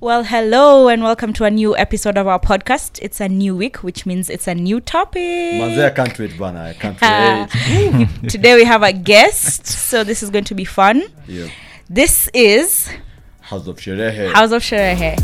Well, hello and welcome to a new episode of our podcast. It's a new week, which means it's a new Manze, I topic. can't wait, bana. I can't Ah. wait. Today we have a guest, so this is going to be fun. Yeah. This is House of Sherehe. House of Sherehe.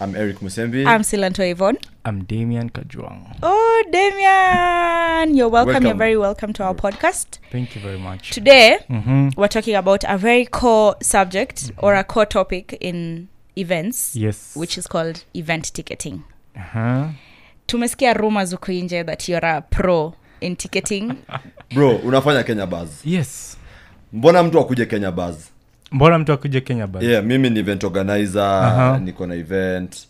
I'm Eric Musembi. I'm Silanto Yvonne. I'm Damian Kajuang. Oh, Damian, you're welcome. You're Welcome. very welcome to our podcast. Thank you very much. Today, mm-hmm. we're talking about a very core subject or a core topic in events, Yes. which is called event ticketing. uh-huh. tumesikia rumors huku nje that you're a pro in ticketing Bro, unafanya Kenya Buzz. Yes. Mbona mtu akuje Kenya Buzz? Mbona mtu akuje Kenya basi? Yeah, mimi ni event organizer, Aha. niko na event.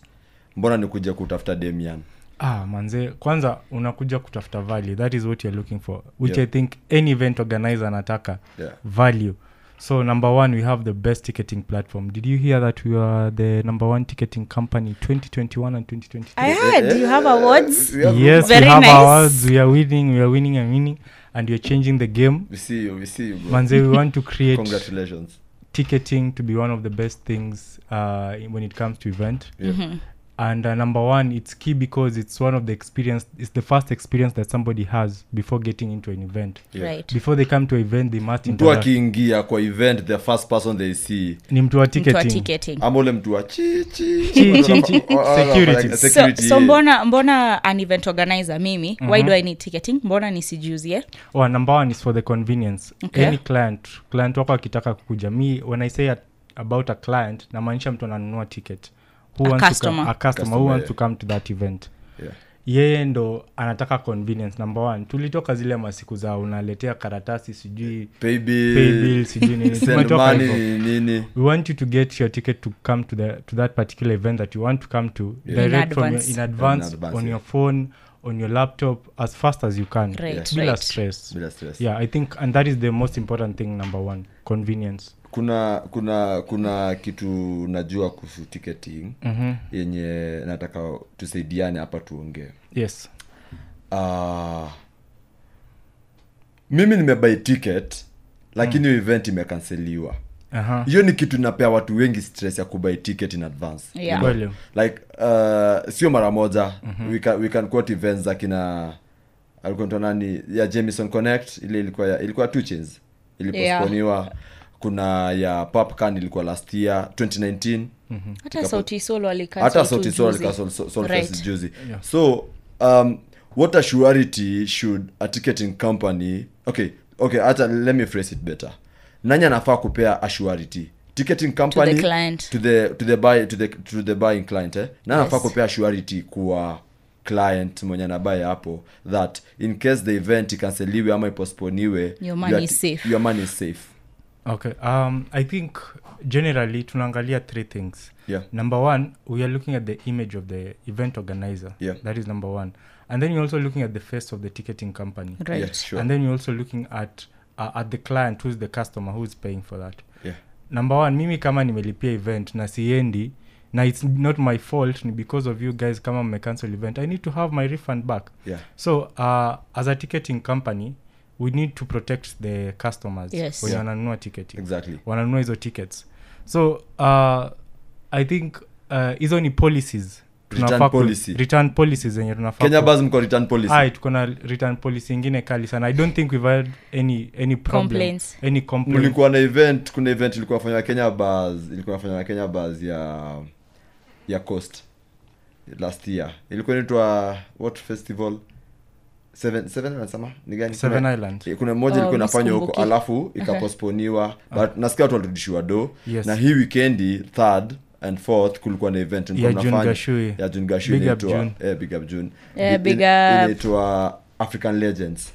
Mbona nikuje kutafuta Damian? Ah, manze, kwanza unakuja kutafuta value. That is what you're looking for, which Yeah. I think any event organizer anataka. Yeah. Value. So number one, we have the best ticketing platform. Did you hear that we are the number one ticketing company 2021 and 2022? i heard Ah, you have awards Eh, We have- yes, Very we have nice. awards. We are winning. We are winning and winning, and we are changing the game. We see you, we see you, bro. Manze, we want to create Congratulations. ticketing to be one of the best things uh, in- when it comes to event Yeah. Mm-hmm. and uh, number one it's key because it's one of the experience it's the first experience that somebody has before getting into an event Yeah. right before they come to an event they must Mtu interact. akiingia kwa event the first person they see ni mtu wa Mtu wa ticketing ticketing ama ule mtu wa chi chi Ah, Chi- chi- chi- security. so, security so yeah. mbona mbona an event organizer mimi Mhm. why do i need ticketing mbona nisijuzie oh, number one is for the convenience Okay. any client client wako akitaka kukuja mi when i say a, about a client namaanisha mtu ananunua ticket who A wants to customer. come- a customer Customer, who wants yeah. to come to that event Yeah. yeye ndo anataka convenience number one tulitoka zile masiku za unaletea karatasi sijui Pay bill, pay bill sijui nini Eh, send tumetoka money, hivyo nini we want you to get your ticket to come to, the, to that particular event that you want to come to Yeah. In direct from your, advance. in advance In advance, on yeah. your phone on your laptop as fast as you can Right, Yes. bila right. stress bila stress yeah i think and that is the most important thing number one convenience kuna kuna kuna kitu najua kuhusu ticketing mm-hmm. yenye nataka tusaidiane hapa tuongee yes uh, mimi nimebai ticket lakini mm. event imekanseliwa Aha. hiyo ni kitu inapea watu wengi stress ya kubai ticket in advance Yeah. Kweli. like uh, sio mara moja mm-hmm. we, can, we can quote events za kina alikuwa anaitwa nani ya jamison connect ile ilikuwa ya, ilikuwa two chains iliposponiwa yeah. kuna ya popcan ilikuwa last year 2019 mm-hmm. hata sauti solo hata sauti sol Right. juzi so um, what a surety should a ticketing company okay okay hata let me phrase it better nani anafaa kupea assurity ticketing company client. to the to the buy to the to the buying client eh? nani anafaa Yes. kupea assurity kwa client mwenye anabai hapo that in case the event ikanseliwe ama iposponiwe Your money your, is ti- safe. your money is safe okay um, i think generally tunaangalia three things Yeah. number one we are looking at the image of the event organizer Yeah. that is number one and then we're also looking at the face of the ticketing company Right. yeah, sure. and then we're also looking at uh, at the client who's the customer who's paying for that yeah. number one mimi kama nimelipia event na siendi na it's not my fault ni because of you guys kama mmecancel event i need to have my refund back Yeah. so uh, as a ticketing company we need to protect the customers Yes. wenye Yeah. wananunua ticketing exactly wananunua hizo tickets so uh, i think uh, hizo ni policies Return Tunafaa ku- policy. return policies zenye tunafaa kenya ku- bas mko return policy Aye, tuko na return policy ingine kali sana i don't think we've had any any problem Complaints. any complaint mlikuwa na event kuna event ilikuwa nafanywa kenya bas ilikuwa nafanywa na kenya bas ya ya coast last year ilikuwa inaitwa what festival seven seven Islands ama ni gani seven Kuna- island eh, kuna moja Oh, ilikuwa inafanywa huko misikumbuki. alafu ikaposponiwa but nasikia watu walirudishiwa do Ah. Yes. na hii wikendi third and fourth kulikuwa na event ilikuwa Ya June mnafanya- Gashui. ya June Gashui Big Up inaitwa- June. eh, Big Up June. Eh, Ni- Big ina- Up. inaitwa african legends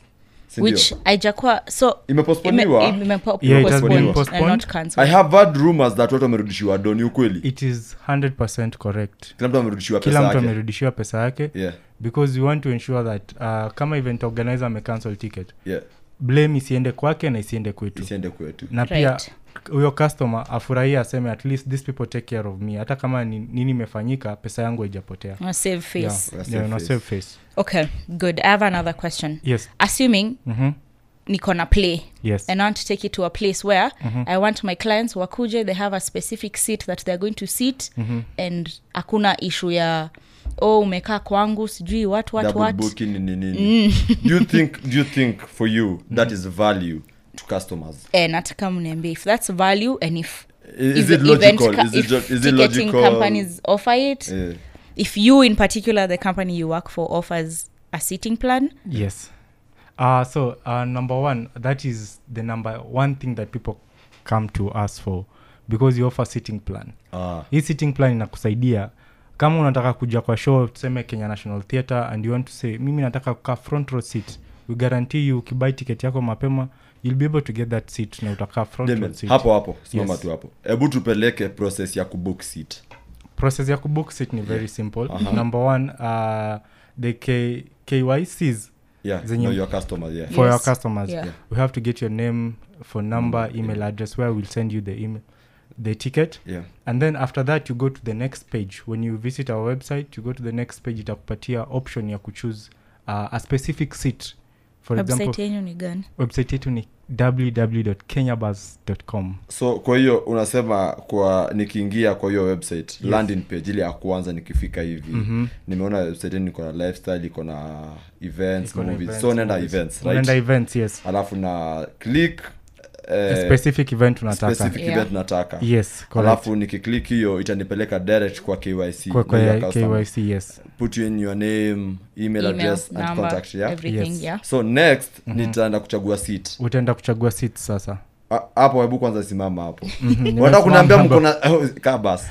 Si ndio? which haijakuwa so Imeposponiwa. ime- imepo- Yeah, it has postponed been and postponed. not cancelled. i have heard rumors that watu wamerudishiwa do ni ukweli it is 100 correct kila mtu amerudishiwa pesa kila mtu yake amerudishiwa pesa yake yeah because we want to ensure that uh, kama event organizer amecancel ticket yeah blame isiende kwake na isiende kwetu isiende kwetu na pia Right. huyo customer afurahie aseme at least these people take care of me hata kama ni, nini imefanyika pesa yangu haijapotea Wanna save Mm. face Una Yeah, save una face. save face. okay good i have another question yes assuming Mhm. niko na play yes and I want to take it to a place where Mm-hmm. i want my clients wakuje they have a specific seat that they're going to sit Mm-hmm. and hakuna issue ya oh umekaa kwangu sijui what what Double what booking ni nini do you think do you think for you Mm. that is value to customers Eh, nataka mniambie if that's value and if is, if it the event logical ca- is it, if jo- is it ticketing logical companies offer it Eh, if you in particular the company you work for offers a seating plan yes uh, so uh, number one that is the number one thing that people come to us for because you offer sitting plan ah, hii sitting plan inakusaidia kama unataka kuja kwa show tuseme kenya national theatre and you want to say mimi nataka kukaa front row seat we guarantee you ukibai ticket yako mapema you'll be able to get that seat na utakaa front row Damien, seat. hapo hapo simama Yes. tu hapo hebu tupeleke process ya kubook seat process ya kubook seat ni very simple number one uh, the K kycs yeah Zenye- know your customer yeah for Yes. your customers Yeah. Yeah. we have to get your name phone number email address where we'll send you the email the ticket yeah and then after that you go to the next page when you visit our website you go to the next page itakupatia option ya kuchoose uh, a specific seat for website example yenyu ni gani website yetu ni www.kenyabus.com so kwa hiyo unasema kwa nikiingia kwa hiyo website yes. landing page ile ya kwanza nikifika hivi Mhm. mm-hmm. nimeona website yenu iko na lifestyle iko na events Iko na movies events, so naenda movies. events right unaenda events yes alafu na click a eh, specific event unataka specific Yeah. event nataka yes correct alafu nikiclick hiyo itanipeleka direct kwa kyc kwa, kwa na your customer. kyc yes put in your name email email, address and number contact yeah? everything Yes. yeah so next Mhm. mm-hmm. nitaenda kuchagua seat utaenda kuchagua seat sasa A- hapo hebu kwanza simama hapo nimesimama wata kunaambia Mhm, hapo. mkona kaa basi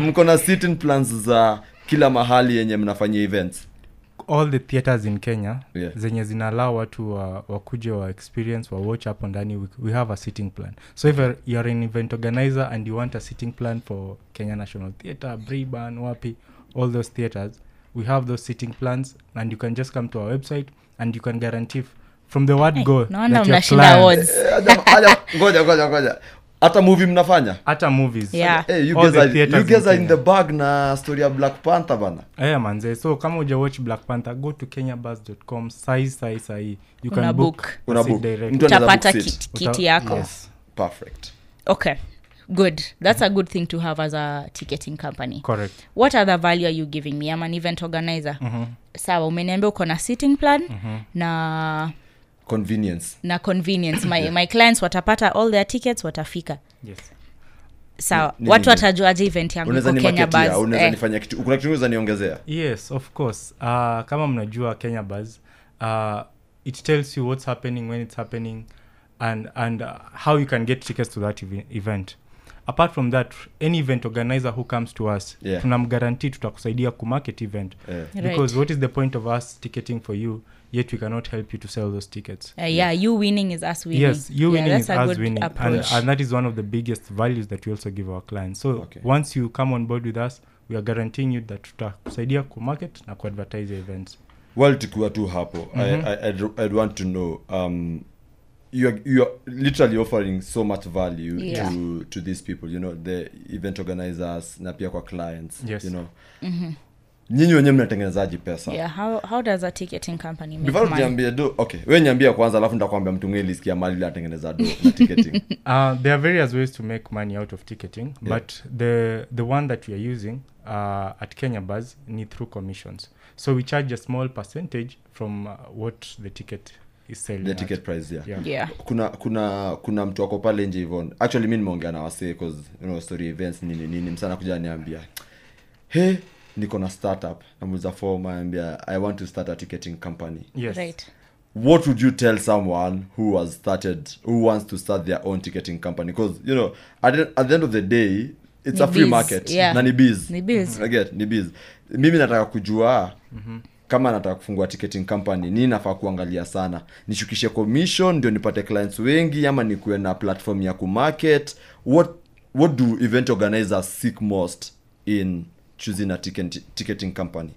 mkona sitting plans za kila mahali yenye mnafanyia events all the theaters in kenya Yeah. zenye zinalao watu wa, wakuje wa experience wa watch hapo ndani we, we have a sitting plan so if you're, you're an event organizer and you want a sitting plan for kenya national theatre braban wapi all those theaters we have those sitting plans and you can just come to our website and you can guarantee f- from the word go naona that your mnashinda clients- awards. Eh, aja- aja- ngoja ngoja ngoja hata movie mnafanya hata movies Yeah. Eh, you Ah. All guys the are- theaters you guys in are in the Kenya. bag na story ya black panther bana yeah, manze so kama uja watch black panther go to kenyabus.com sai sai sai you Una can book, book. a Una seat book. direct. Mtu anaweza utapata book seat. kit- Uta- kiti yako Ah, yes. perfect okay good that's a good thing to have as a ticketing company correct what other value are you giving me i'm an event organizer Mm-hmm. sawa umeniambia uko na sitting plan na convenience na convenience my, my clients watapata all their tickets watafika yes sawa Ni- ni- watu ni- watajua aje event yangu unaweza iko kenya nimaketia bas unaweza eh, nifanya kitu kuna kitu unaweza niongezea yes of course uh, kama mnajua kenya bus uh, it tells you what's happening when it's happening and, and uh, how you can get tickets to that ev- event apart from that any event organizer who comes to us Yeah. tunamguarantee tutakusaidia kumarket event Eh. Right. because what is the point of us ticketing for you yet we cannot help you to sell those tickets eh, yeah you winning is us winning yes you winning yeah, is that's a us good winning and, approach and that is one of the biggest values that we also give our clients so Okay. once you come on board with us we are guaranteeing you that tutakusaidia kumarket na kuadvertise your events well tukiwa tu hapo I, I, I'd, I'd want to know um, you're, you're literally offering so much value Yeah. to, to these people you know the event organizers na pia kwa clients Yes. you know nyinyi wenyewe mnatengenezaji pesa Mhm. yeah how, how does a ticketing company make before money tujiambie do okay we niambia kwanza alafu nitakwambia mtu ngelisikia mali ile atengeneza do na ticketing uh, there are various ways to make money out of ticketing but the the one that we are using uh, at kenya bus ni through commissions so we charge a small percentage from uh, what the ticket is selling the at. ticket price yeah. Yeah. yeah kuna kuna kuna mtu wako pale nje hivyo actually mi nimeongea na wasee cause you know, story events nini nini msana kuja niambia he niko na startup namuza form anaambia i want to start a ticketing company yes right what would you tell someone who has started who wants to start their own ticketing company because you know at the, at the end of the day it's Ni a free biz, market yeah. na ni biz Ni biz. I get, ni biz mimi nataka kujua kama nataka kufungua ticketing company nii nafaa kuangalia sana nishukishe commission ndio nipate clients wengi ama nikuwe na platform ya kumarket what what do event organizers seek most in choosing a ticket, ticketing company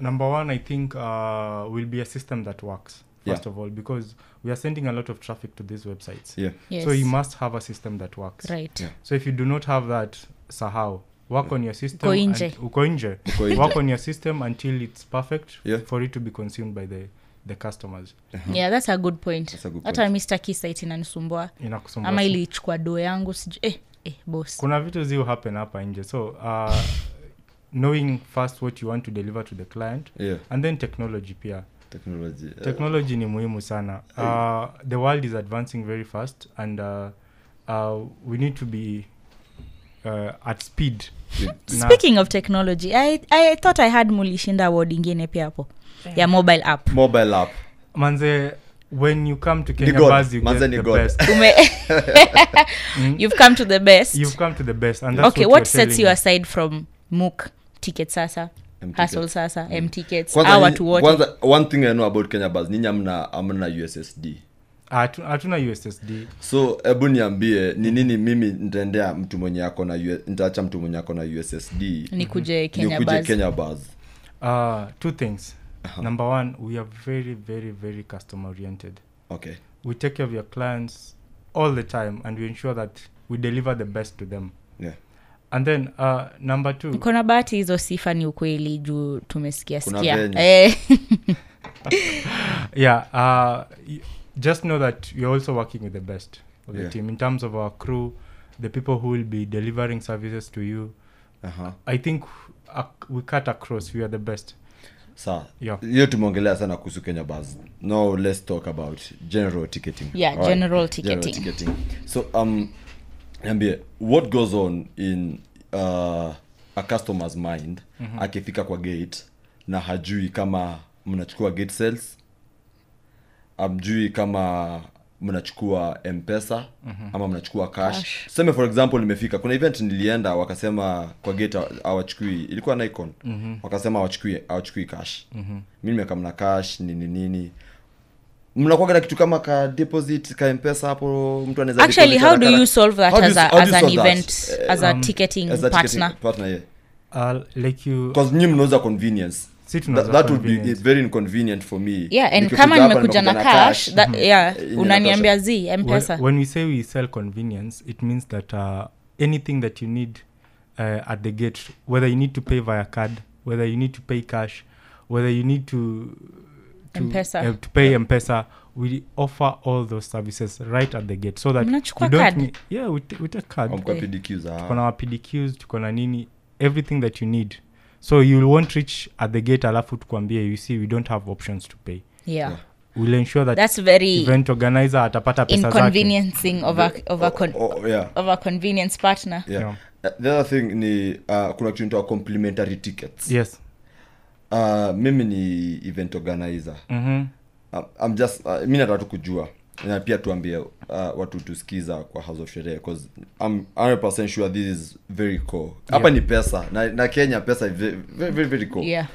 number one i think uh, will be a system that works Yeah. first of all because we are sending a lot of traffic to these websites yeah yes. so you must have a system that works right Yeah. so if you do not have that sahau work on your system Uko and- nje. uko nje Uko nje. work on your system until it's perfect Yeah. for it to be consumed by the the customers yeah that's a good point That's a good hata point. mi staki site inanisumbua inakusumbua ama sana. ilichukua doo yangu siju eh, eh, boss kuna vitu zi happen hapa nje so uh, knowing first what you want to deliver to the client yeah and then technology pia technology uh, technology ni muhimu sana uh, the world is advancing very fast and uh, uh, we need to be uh, at speed yeah. na- speaking of technology i, I thought i had mulishinda award ingine pia hapo ya Eh. mobile app mobile app manze when you come to kenya god. Buzz, you Manze get ni the god. best Ume- you've come to the best Mm-hmm. you've come to the best and that's okay what, what you're sets selling. you aside from mook ticket sasa M-ticket. hustle sasa m tickets Mm. Kwanza au ni- watu wote kwanza one thing i know about kenya bus ninyi amna amna ussd Hatu- hatuna ussd so hebu niambie ni nini mimi nitaendea mtu mwenye ako na U- nitaacha mtu mwenye ako na ussd ni kuje kenya Mm-hmm. nikuje buzz kenya bus uh, two things Uh-huh. number one we are very very very customer oriented okay we take care of your clients all the time and we ensure that we deliver the best to them yeah and then uh, number two kona bahati hizo sifa ni ukweli juu tumesikia Kuna sikia venye. eh, yeah uh, y- just know that you're also working with the best of the Yeah. team in terms of our crew the people who will be delivering services to you aha i think uh, we cut across we are the best saa Yeah. hiyo tumeongelea sana kuhusu kenya bus now let's talk about general ticketing Yeah, Alright. general ticketing. ticketing. so um niambie what goes on in uh, a customer's mind mm-hmm. akifika kwa gate na hajui kama mnachukua gate sales amjui kama mnachukua mpesa mm-hmm. ama mnachukua cash. Mhm. Cash. seme for example nimefika kuna event nilienda wakasema kwa gate hawa- hawachukui ilikuwa nicon Mhm. mm-hmm. wakasema hawachukui hawachukui cash mm-hmm. mi nimekamna cash nini nini mnakuaga na kitu kama ka deposit ka mpesa hapo mtu anaweza actually deposit how do haraka- you solve that How do you- as, a, how do as an you solve that? event Eh, as a um, ticketing as a ticketing partner partner, yeah. uh, like you 'Cause nyinyi mnauza convenience Si tunauza Tha- that would be convenience. very inconvenient for me yeah and Nikikuja kama hapa, nimekuja na cash that, Mhm. yeah Eh, inatosha. unaniambia z when, mpesa when we say we sell convenience it means that uh, anything that you need uh, at the gate whether you need to pay via card whether you need to pay cash whether you need to to, M-Pesa. uh, to pay mpesa we offer all those services right at the gate so that Mnachukua you don't card? need- yeah we, t- we take card Amkwa Eh. PDQ za- tuko na wa pdqs tuko na nini everything that you need so you won't reach at the gate alafu tukwambie you see we don't have options to pay yeah we'll ensure that that's very event organizer atapata pesa zake inconveniencing of a, of a, con- Oh, oh, yeah. of a convenience partner Yeah. Yeah. Uh, the other thing ni uh, kuna kitu inaitwa complimentary tickets yes uh, mimi ni event organizer mm-hmm. um, I'm just uh, mi nataka tu kujua na pia tuambie uh, watu tusikiza kwa house of sherehe 'cause I'm 100% sure this is very core hapa ni pesa na, na kenya pesa is ve- very, very, very core yeah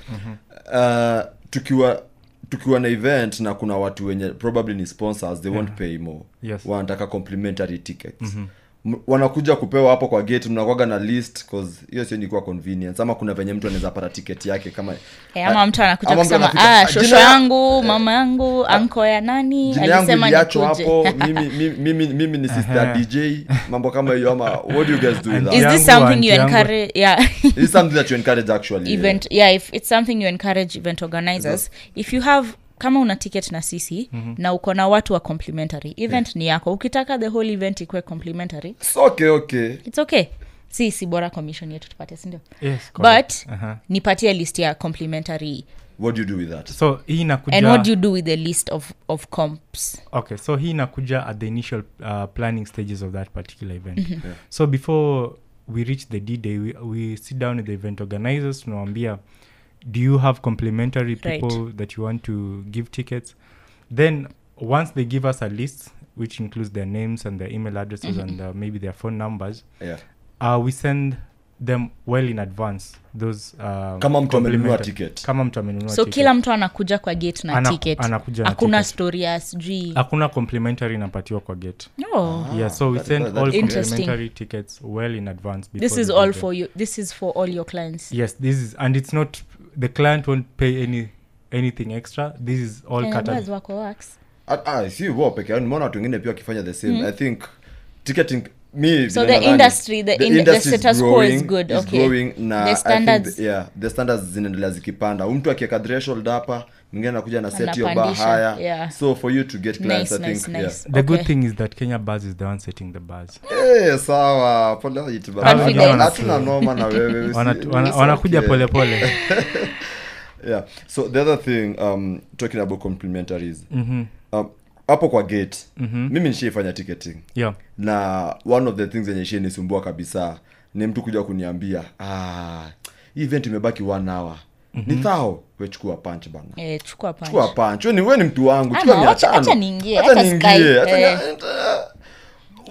uh, tukiwa tukiwa na event na kuna watu wenye probably ni sponsors they won't pay more Yes. Mm-hmm. wanataka complimentary tickets M- wanakuja kupewa hapo kwa gate mnakwaga na list cause hiyo sio nikuwa convenience ama kuna venye mtu anaweza pata tiketi yake kama ah, Eh, ama mtu anakuja ama mtu kusema anakuja, ah, "Ah, shosho jina ya- Ah. yangu mama yangu anko ya nani jina yangu alisema iliachwa hapo nikuje mimi, mimi, mimi, mimi ni sister Ehe. dj mambo kama hiyo ama what do you guys do with that? is Yangu, this something aunti you yangu. encourage yeah Is it something that you encourage actually event yeah if it's something you encourage event organizers if you have kama una ticket na sisi Mhm. mm-hmm. na uko na watu wa complimentary event yeah. ni yako ukitaka the whole event ikwe complimentary It's okay okay its okay si si bora commission yetu tupate sindio yes, but Eh, correct. Uh-huh. Aha. nipatie list ya complimentary what do you do with that so hii and inakuja what do you do with the list of, of comps okay so hii inakuja at the initial uh, planning stages of that particular event Mm-hmm. so before we reach the d day we, we sit down with the event organizers tunawambia do you have complimentary Right. people that you want to give tickets then once they give us a list which includes their names and their email addresses Mm-hmm. and uh, maybe their phone numbers yeah. uh, we send them well in advance those uh, kama mtu amenunua complimentary- ticket kama mtu amenunua so ticket. kila mtu anakuja kwa gate na Ana- ticket anakuja na hakuna ticket. story ya sijui hakuna complimentary inapatiwa kwa gate oh. yeah so we Ah, that- send that- all that's interesting. complimentary tickets well in advance this before is the all event. for you this is for all your clients yes this is and it's not the client won't pay any anything extra this is all Kenya catered Bars Eh, wako wax At- ah, si wo peke yao nimeona watu wengine pia wakifanya the same i think ticketing mi Hmm. So vile the nadhani, industry- the in- the status quo is good, is okay. growing na The I think standards- the- yeah, the standards zinaendelea zikipanda Huyu mtu akiweka threshold hapa mwingine anakuja na set hiyo bar Anapandisha, higher yeah. so for you to get clients nice i think nice nice the good Okay. thing is that kenya bars is the one setting the bars yeah Eh, sawa pole Ojit baba. Confidence. Hatuna- hatuna noma na wewe usi- Wana- wana- usi- wanakuja okay. polepole yeah so the other thing um talking about complementaries Mm-hmm. um, hapo kwa gate mimi nishaifanya ticketing yeah na one of the things yenye ishenisumbua kabisa ni mtu kuja kuniambia ah, hii event imebaki one hour mm-hmm. ni thao wechukua punch bana Eh, chukua punch. chukua punch we ni, we ni mtu wangu Ama, chukua mia acha- tano. acha niingie, Acha acha Sky, niingie, acha eh. ni-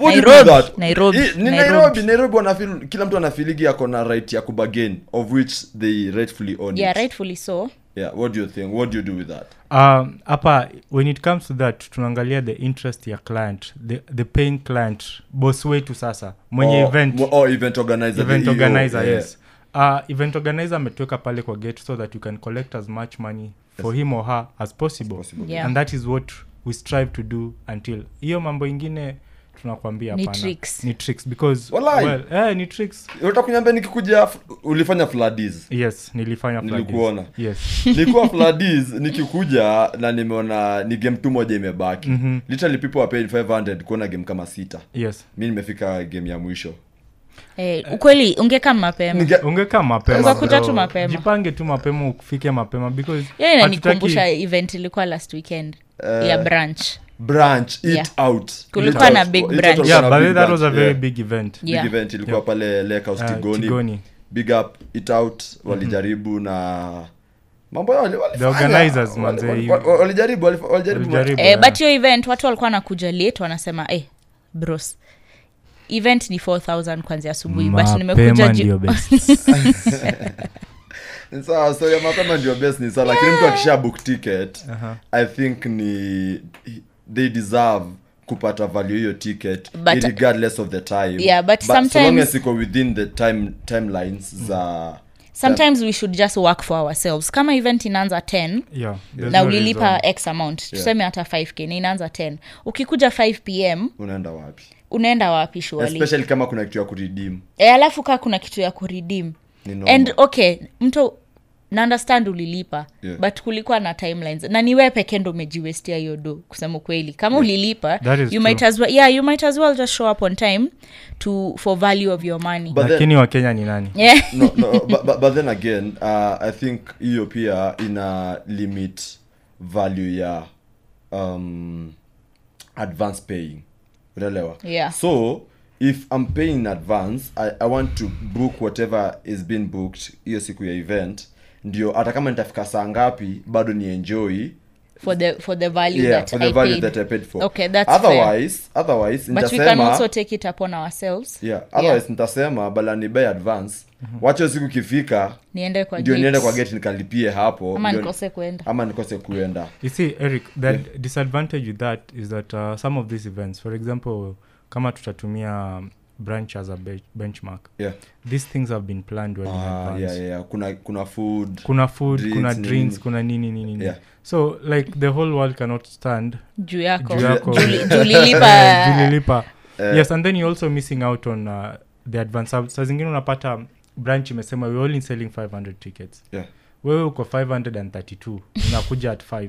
Would you do Nairobi, that? Nairobi, I- ni Nairobi. nairobi nairobi wanafeel kila mtu anafiligi ako na right ya kubargain of which they rightfully own yeah it. rightfully so yeah what do you think what do you do with that um, hapa when it comes to that tunaangalia the interest ya client the, the paying client boss wetu sasa mwenye Or- event or Oh, event organizer the event EO, organizer yeah. yes uh, event organizer ametuweka pale kwa gate so that you can collect as much money for him or her as possible, possible. Yeah. and that is what we strive to do until hiyo mambo ingine tunakwambia Ni hapana. tricks. ni tricks because Walai. well, eh, ni tricks unataka kuniambia nikikuja f- ulifanya floodies yes nilifanya flood days. Nilikuona. yes nikuwa floodies nikikuja na nimeona ni game tu moja imebaki Mhm. mm-hmm. literally people are paying 500 kuona game kama sita yes mi nimefika game ya mwisho eh, ukweli ungeka mapema Ninge- ungekaa mapema Ungekuja bro. tu mapema. jipange tu mapema ufike mapema because yani Yaani inanikumbusha hatutaki- event ilikuwa last weekend Eh. ya branch branch eat Yeah. out Kulikuwa Eat na out. big Eat out branch. kulikuwa yeah na but big that was a branch, very yeah. big event Big Yeah. event ilikuwa Yeah. pale lake house Uh, tigoni. Tigoni. big up eat out walijaribu na mambo yao wali- walifanya. organizers, Wali- manze, wali- you- wali- walijaribu walif- walijaribu Walijaribu. eh, Yeah. but hiyo event watu walikuwa wanakuja late wanasema eh, bros event ni 4000 kwanzia asubuhi but nimekuja Mapema ji- ndio best. Ni sawa so ya mapema ndio best ni sawa lakini mtu akisha book ticket i think ni they deserve kupata value hiyo ticket But- regardless of the time Yeah, but so long sometimes- as iko within the time timelines za sometimes we should just work for ourselves kama event inaanza 10 Yeah, there's na no reason. ulilipa x amount tuseme hata 5k na inaanza 10 ukikuja 5 pm unaenda wapi unaenda wapi shuali especially kama kuna kitu ya kuredeem e, alafu kaa kuna kitu ya kuridim Ni normal. and okay mto na understand ulilipa Yeah. but kulikuwa na timelines na ni wewe pekee ndo umejiwestia hiyo do kusema ukweli kama ulilipa That is you might, true. as well, yeah, you might as well just show up on time to for value of your money But then- lakini wakenya ni nani yeah. no, no, but, but, but then again uh, i think hiyo pia ina uh, limit value ya um, advance paying unaelewa Yeah. so if i'm paying in advance I, i want to book whatever is been booked hiyo siku ya event ndio hata kama nitafika saa ngapi bado ni enjoy for the for the value yeah, that for the I value paid. that i paid for Okay, that's otherwise otherwise but we can nitasema- also take it upon ourselves yeah, otherwise nitasema balani bay advance Mm-hmm. wacho siku ikifika niende kwa ndio gigs. niende kwa geti nikalipie hapo Ama ndio- nikose kuenda. ama nikose kuenda you see eric the disadvantage with that is that uh, some of these events for example kama tutatumia um, branch as a be- benchmark yeah. these things have been planned well in Ah, advance. yeah, yeah, yeah. kuna kuna food kuna food Drinks, kuna nini, drinks nini. kuna nini nini nini Yeah. so like the whole world cannot stand juu yako juu yako Juli- Eh, julilipa julilipa yes and then you also missing out on uh, the advance Sa- saa zingine unapata um, branch imesema we only selling 500 tickets yeah. wewe uko 532 unakuja at 5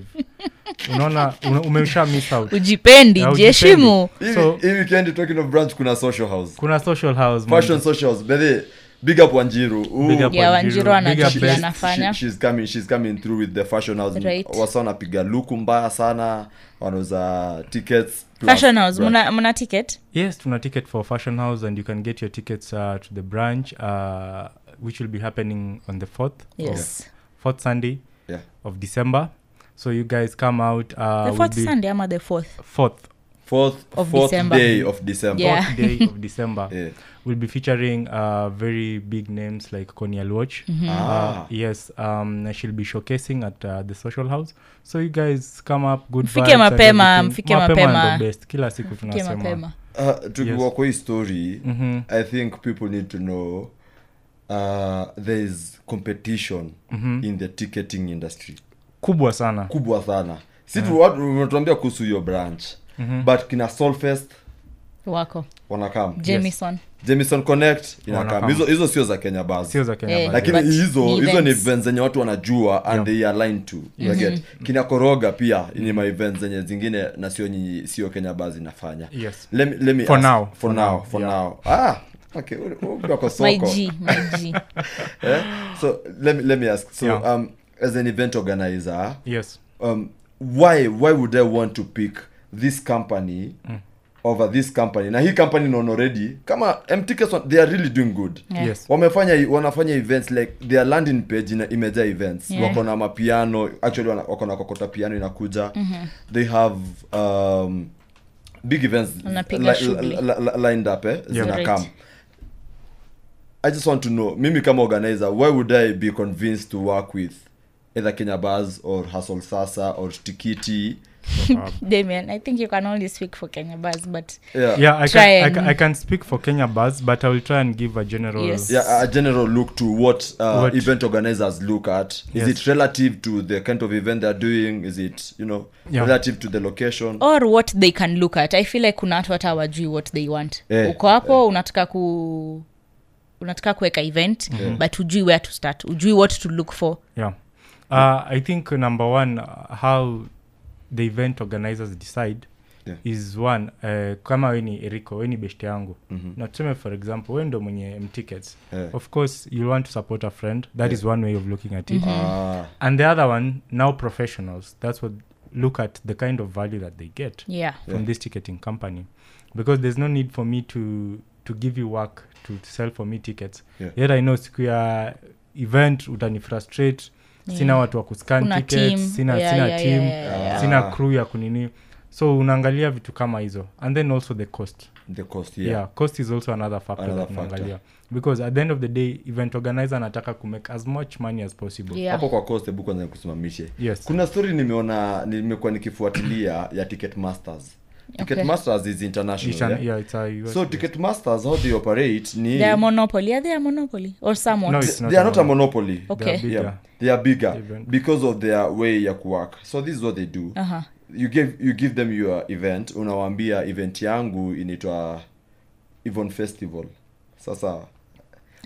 unaona una, umesha miss out ujipendi Na ujipendi. jeshimu Hivi- So- hii weekend talking of branch kuna social house kuna social house fashion man. social house bethe big up wanjiru Ooh, Mm. Big up Yeah, Wanjiru, Wanjiru big up anatulia best. na- anafanya. she- she's coming she's coming through with the fashion house Right. wasa wanapiga luku mbaya sana wanauza tickets plus fashion house branch. mna, mna ticket yes tuna ticket for fashion house and you can get your tickets uh, to the branch uh, which will be happening on the 4th yes fourth sunday Yeah. of december so you guys come out uh, the fourth will be sunday ama the fourth fourth fourth, Of fourth December. day of december Yeah. fourth day of december Yeah. we'll be featuring uh, very big names like Konya Watch. Mm-hmm. Ah. Uh, yes, um, she'll be showcasing at uh, the social house. So you guys come up, good Mfike vibes and mapema, everything. mfike mapema. mapema. and the best. Kila siku Kia tunasema. mapema Uh, tukiwa Yes. Mm-hmm. kwa hii story i think people need to know Mm-hmm. uh, there is competition in the ticketing industry kubwa sana kubwa sana si tu watu unatuambia kuhusu hiyo branch mm-hmm. but kina solfest wako wanakam jamison jamison connect inakam Wanakam. hizo hizo sio za kenya basi sio za kenya Eh, basi. lakini But hizo ni hizo ni events. Mm-hmm. events zenye watu wanajua and they align to you get Mm-hmm. kina koroga pia ni ma events zenye zingine na sio nyinyi sio kenya basi inafanya Yes. let me, let me For ask- now. for, now for now ah okay wewe- wewe uko kwa my soko g my g eh? so let me, let me ask so Yeah. um as an event organizer yes um, why why would i want to pick this company mm. over this company na hii company non already kama mtks wan- they are really doing good Yeah. yes wamefanya wanafanya events like their landing page ina imejaa events Yeah. wako na mapiano actually wana- wako na kokota piano inakuja mm-hmm. they have um, big events Wanapiga li- shughuli. li- li- lined up eh, Yeah. zina Right. come i just want to know mimi kama organizer why would i be convinced to work with either kenya bars or hustle sasa or tikiti damian i think you can only speak for kenya bus but yeah. yeah I Try can, I, and- can, i can speak for kenya buzz but i will try and give a general Yes. yeah, a general look to what, uh, What- event organizers look at. Is Yes. it relative to the kind of event they're doing? Is it you know Yeah. relative to the location? or what they can look at i feel like kuna watu hata wajui what they want Eh, uko hapo unataka ku unataka kuweka event mm-hmm. but ujui where to start ujui what to look for yeah uh, i think number one uh, how the event organizers decide Yeah. is one uh, kama we ni eriko we ni beshte yangu mm-hmm. na tuseme for example we ndo mwenye mtickets Yeah. of course you want to support a friend that is one way of looking at it Mm-hmm. Ah, and the other one now professionals that's what look at the kind of value that they get yeah from this ticketing company because there's no need for me to to give you work to sell for me tickets Yeah. yet i know siku ya event utani frustrate sina Yeah. watu wa kuscan Kuna tickets team. sina, Yeah, sina yeah, team yeah, yeah, yeah. sina Ah. crew ya kunini so unaangalia vitu kama hizo and then also the cost the cost yeah. yeah. cost is also another factor Another that factor. unaangalia because at the end of the day event organizer anataka kumake as much money as possible Yeah. hapo kwa cost hebu kwanza nikusimamishe Yes. kuna story nimeona nimekuwa nikifuatilia ya ticket masters ticket Okay. masters is international Ishan- yeah? yeah, it's a US so ticket masters how they operate ni they are monopoly are they a monopoly or somewhat No, it's- not they a are not a monopoly Okay. They are bigger. yeah. they are bigger Even. because of their way ya kuwork so this is what they do uh-huh. you give you give them your event unawaambia event yangu inaitwa evon festival sasa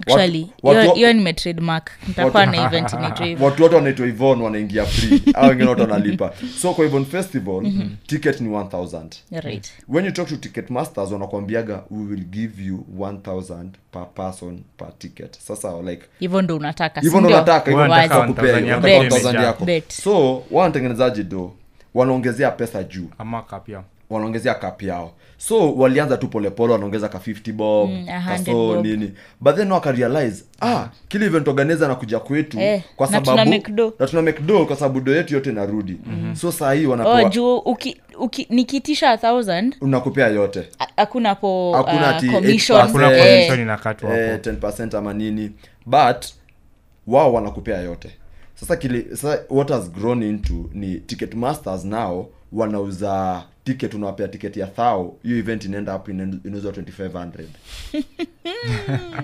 actually watu- hiyo- hiyo nime trademark nitakuwa na event inaitwa hivyo. watu wote wanaitwa evon wanaingia free au wengine wote wanalipa so kwa evon festival Mhm. mm-hmm. ticket ni 1000 right when you talk to ticket masters wanakwambiaga we will give you 1000 per person per ticket sasa like hivyo ndo unataka hivyo ndo sindio? nataka hivyo ndo Wazi. nataka Wazi. kupea hivyo, Tanzania nataka Bet. 1000 yako Bet. so wanatengenezaji do wanaongezea pesa juu a markup, yeah. wanaongezea kap yao so walianza tu polepole wanaongeza ka 50 bob Mm, a ka 100 so bob. nini but then wakarealize ah kila event organizer nakuja kwetu Eh, kwa na sababu tuna make do. na tuna make do kwa sababu do yetu yote inarudi so saa hii oh, wanapewa juu uki, uki, nikitisha a thousand unakupea yote ha- hakuna po Hakuna ah, ati commission. 8%. Hakuna Eh, commission inakatwa hapo. eh, 10 ama nini but wao wanakupea yote sasa kile sasa what has grown into ni ticket masters now wanauza ticket unawapea ticket ya thao hiyo event inaenda up ina- inauzwa 2500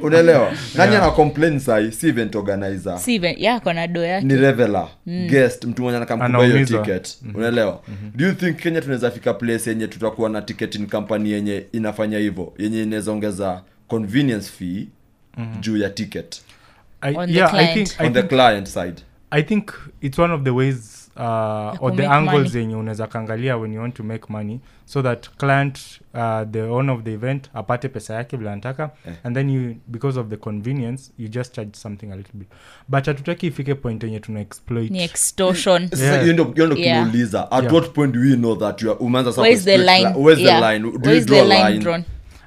unaelewa nani ana complain sai si event organizer Si even- yeah, Mm. kona do yake ni reveler guest mtu mwenye anakamkuba hiyo Anaumizwa. ticket unaelewa Mm-hmm. do you think kenya tunaweza fika place yenye tutakuwa na ticketing company yenye inafanya hivyo yenye inaweza ongeza convenience fee juu ya ticket Mm-hmm. I, On the yeah, I client. think, I on the think, client side I think it's one of the ways uh, or the kumake angles money. yenye unaweza kaangalia when you want to make money so that client uh, the owner of the event apate pesa yake vile anataka Eh. and then you because of the convenience you just charge something a little bit but hatutaki ifike point yenye tuna exploit ni extortion sasa Yeah. hiyo ndio hiyo ndio Yeah. kumuuliza at Yeah. what point do we know that you are umeanza sasa Where is the kusplit line? li- where's Yeah. the line do Where you is draw the line a line drawn?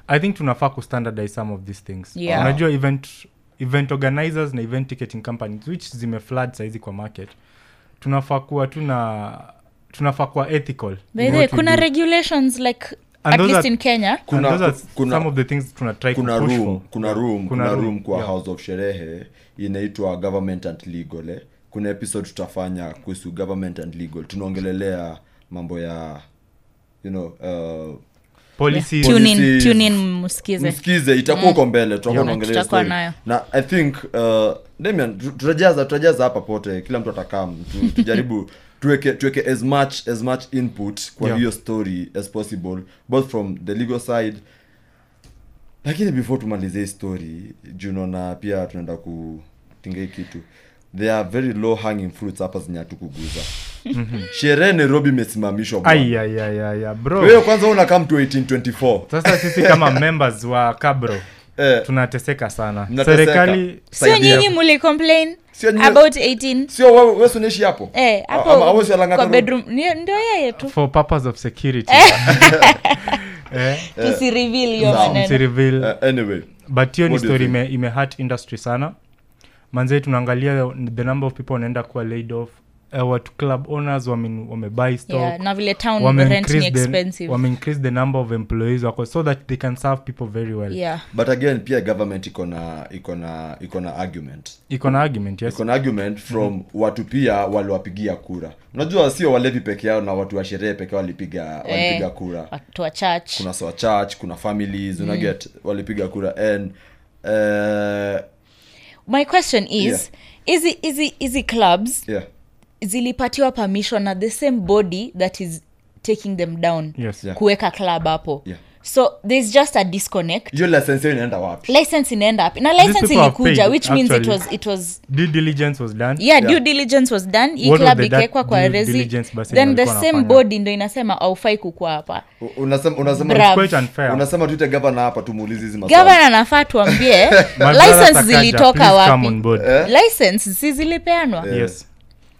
i think tunafaa kustandardize some of these things Yeah. unajua event event organizers na event ticketing companies which zimeflood saizi kwa market tunafaa kuwa tuna tunafaa kuwa ethical in By the way, what we kuna do. regulations like And at those least are- in kenya Kuna- kuna, those are kuna- some of the things tuna try kuna to push room for. kuna room Kuna kuna room, room kwa yeah. house of sherehe inaitwa government and legal eh? kuna episode tutafanya kuhusu government and legal tunaongelelea mambo ya you know uh, policies Tune- Tune in- policies. tune in msikize Mm. msikize itakuwa uko mbele tutakuwa Yeah. tunaongelea Tutakuwa story. nayo. na i think uh, Damian, tu- tutajaza tutajaza hapa pote kila mtu atakam Tu- tujaribu tuweke tuweke as much as much input kwa Yeah. hiyo story as possible both from the legal side lakini before tumalize hii story junona pia tunaenda kutinga hii kitu there are very low hanging fruits hapa zenye hatukuguza Mhm. sherehe nairobi imesimamishwa bwana. aiaiaiaia bro wewe kwanza unakam to 1824 sasa sisi kama members wa kabro eh, tunateseka sana Mnateseka. serikali sio Saidia. nyinyi muli complain Sio nyinyi- about 18 sio wewe wewe si unaishi hapo eh, Ama- ama wewe hapo si Eh. Alangata kwa Road? bedroom ndio ndio yeye tu for purpose of security eh, tusireveal hiyo Sawa. maneno msireveal Eh, anyway but hiyo ni What do you story think? ime, imehat industry sana manzee tunaangalia the number of people wanaenda kuwa laid off uh, watu club owners wame, wamebuy stock yeah, na vile town wame rent ni increase the, expensive wame increase the number of employees wako so that they can serve people very well yeah but again pia government iko na iko na iko na argument iko na argument yes iko na argument from watu pia waliwapigia kura unajua sio walevi peke yao na watu wa sherehe peke yao walipiga Eh. walipiga kura watu wa church kuna sawa church kuna families mm. unaget walipiga kura and uh, my question is hizi hizi hizi clubs yeah zilipatiwa permission na the same body that is taking them down yes Yeah. kuweka club hapo Yeah. so there's just a disconnect hiyo license hiyo inaenda wapi license inaenda hapi na These license people have ilikuja paid, which means it actually. was, it was due diligence was done yeah, Yeah. due diligence was done hii What was club the da- ikawekwa kwa due resi diligence basi then the walikuwa same wanafanya? body ndo inasema aufai kukua hapa U- unasema unasema Bra- quite unfair unasema tuite governor hapa tumuulize hizi maswali gavana anafaa tuambie Madhara license Sakaja, zilitoka please come wapi on board. Eh, license si zilipeanwa Yeah. yes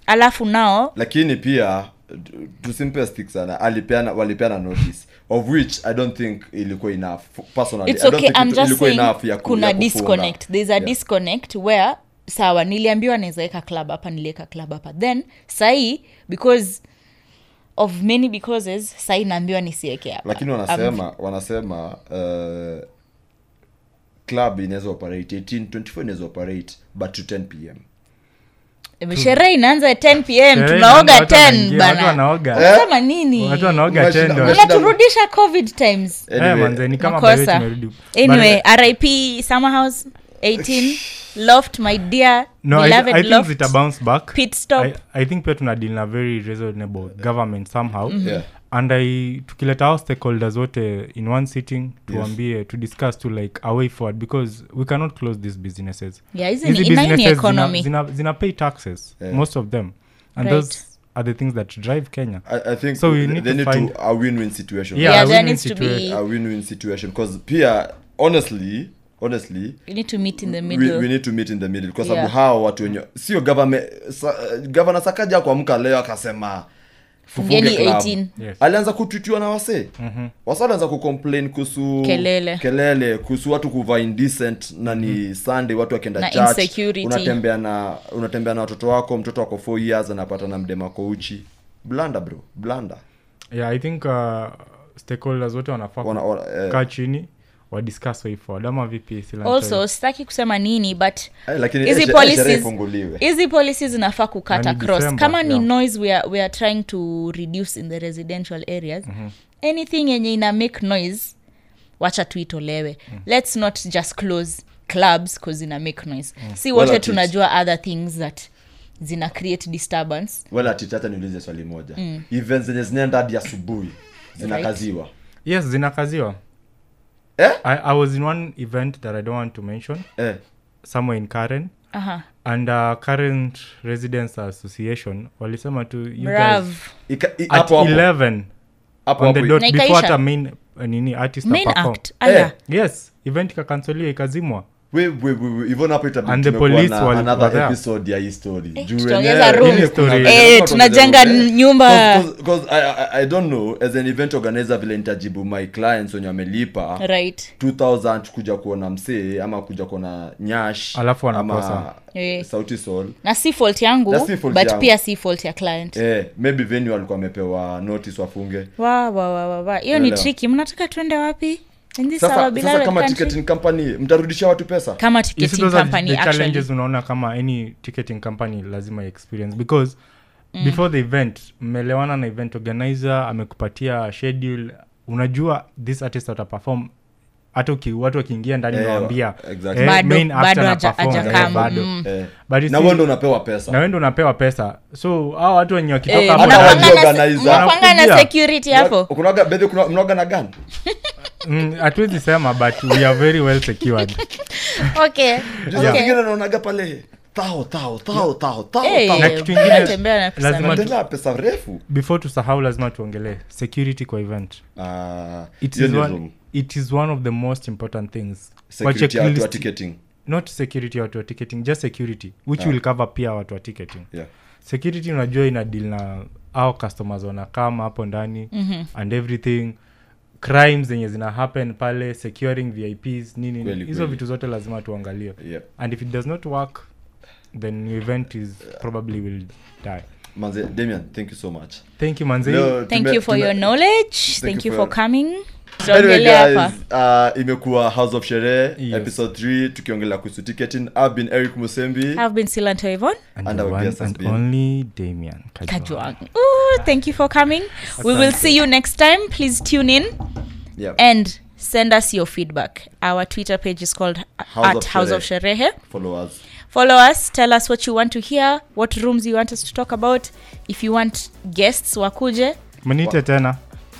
alafu nao lakini pia tu- tusimpe stick sana alipeana walipeana notice of which i don't think ilikuwa enough personally it's I don't okay think i'm itu- just ilikuwa saying enough ya ku- kuna ya kufunga. disconnect there's a Yeah. disconnect where sawa niliambiwa nawezaweka club hapa niliweka club hapa then sahii because of many becauses sahii naambiwa nisiweke hapa lakini Um, wanasema wanasema uh, club inaweza operate 18 24 inaweza operate but to 10 pm eh, sherehe inaanza 10 pm Sherehe tunaoga inaanza, watu wanaingia, 10 watu bana Eh? wanaoga. unasema nini watu wanaoga Unashinda- tendo unashinda- unaturudisha covid times Eh, manze, ni kama by the way makosa tumerudi. anyway But- eh, rip summer house 18 loft my dear no, I, beloved I think loft zita bounce back Pit stop. I, I think pia tuna deal na very reasonable government somehow Mm-hmm. Yeah. and i tukileta hao stakeholders wote in one sitting tuambie to discuss to like a way forward because we cannot close these businesses yeah hizi Hizi ni inaini businesses zina- economy zina, zina pay taxes Yeah. most of them and Right. those are the things that drive kenya I, i think So we need they to need find- to a win-win situation Yeah, a there win-win needs to be- situa- a win-win situation because pia honestly honestly you need to meet in the we, middle we need to meet in the middle kwa sababu Yeah. hawa watu wenye sio government- sa, gavana sakaja kuamka leo akasema tufunge Fungeni club. 18. Yes. alianza kutwitiwa na wasee mm-hmm. wasa alianza kucomplain kuhusu Kelele. Mhm. kelele kuhusu watu kuvaa indecent na ni sunday watu Na wakienda church insecurity. unatembea na unatembea na watoto wako mtoto wako 4 years anapata na mdema kouchi blanda bro blanda yeah i think uh, stakeholders wote wanafaa Wana- wana- eh. kukaa chini wadiscuss way forward ama vipi Silan, also sorry. sitaki kusema nini but Eh, lakini eh, Hizi shere- eh, policies- sherehe ifunguliwe hizi policies zinafaa Na kukata ni cross December, kama ni yeah. noise we are, we are trying to reduce in the residential areas Mhm. mm-hmm. anything yenye ina make noise wacha tuitolewe Mhm. mm. let's not just close clubs bcause ina make noise mm. si Well, wote at least- tunajua other things that zina create disturbance wala titata niulize swali moja mm. events zenye zinaenda hadi asubuhi zinakaziwa yes zinakaziwa Eh? I, i was in one event that i don't want to mention eh, somewhere in karen aha and uh, current residents association walisema tu you guys brav ika- i- at hapo hapo. 11 Hapo on the hapo. dot Na before ikaisha? hata main uh, nini artist main perform. act aya yes event ikakansoliwa ikazimwa We- we- we- we- even hapo itabidi And the tumekuwa police na wal- another were there. episode ya hii story. Juu tutaongeza wenyewe- room. Ile kuna- Eh, Story. Eh, kuna tunajenga room, eh. nyumba. 'Cause- 'cause- 'cause I- I- I don't know as an event organizer vile nitajibu my clients wenye wamelipa right 2000 kuja kuona msee ama kuja kuona nyash Alafu wanakosa. ama Eh. sauti sol na si fault yangu Na si fault but yangu. pia si fault ya client eh, maybe venue walikuwa wamepewa notice wafunge wa wa wa wa wa hiyo ni Unaelewa? triki mnataka tuende wapi In this our sasa, sasa beloved kama country? ticketing company mtarudishia watu pesa kama You see, ticketing those are company the challenges actually unaona kama any ticketing company lazima experience because Mm. before the event mmelewana na event organizer amekupatia schedule unajua this artist ataperform hata uki- watu wakiingia ndani "Eh, Yeah, nawambia exactly. Bado- bado haja- hajakam, mm. eh. But you na see- wewe ndo unapewa pesa na wendo unapewa pesa so hao watu wenye wakitoka Eh, hapo Hakuna mnakuanga na- wajua na- organizer. mnakuanga na Wanakuja. security hapo Kunaga- bedhi kuna- mnaoga na gun Mm, hatuwezi sema but we are very well secured okay Juu saa okay zingine naonaga pale tao tao tao tao tao Eh, tao. Na kitu ingine, wanatembea na pesa lazima mingi. tena pesa refu before tusahau lazima tuongelee security kwa event Ah, it hiyo is, ni one, room. it is one of the most important things Kwa Security watu wa checklist- ticketing not security watu wa ticketing just security which Ah. will cover pia watu wa ticketing Yeah. security unajua ina deal na au customers wanakama hapo ndani mm-hmm. and everything crimes zenye zina happen pale securing vips nini Kweli, nini. hizo kweli. vitu zote lazima tuangalie Yeah. and if it does not work then your event is probably will die Manze, Damian, thank you so much thank you manzi Leo thank tume- you for tume- your knowledge thank you you for for- coming Anyway, tuongelea hapa guys, uh, imekuwa house of sherehe Yes. episode 3 tukiongelea kuhusu ticketing i've been eric musembi i've been silanto yvonne and, and the our one guest has and been- only damian Kajwang. Kajwang. Ooh, thank you for coming. We will see you next time. Please tune in yeah. and send us your feedback. Our Twitter page is called House at of House of Sherehe. follow us Follow us. Tell us what you want to hear, what rooms you want us to talk about. If you want guests, wakuje. mnite tena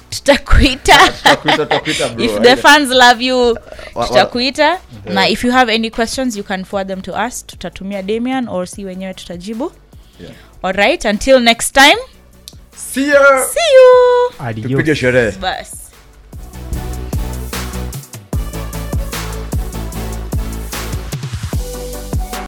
Tutakuita. Tutakuita, tutakuita, bro. if the fans love you, wa- tutakuita. Na if you have any questions, you can forward them to us. Tutatumia Damian or si wenyewe tutajibu. Yeah. All right. Until next time, see ya see you. adios tupige sherehe Bus.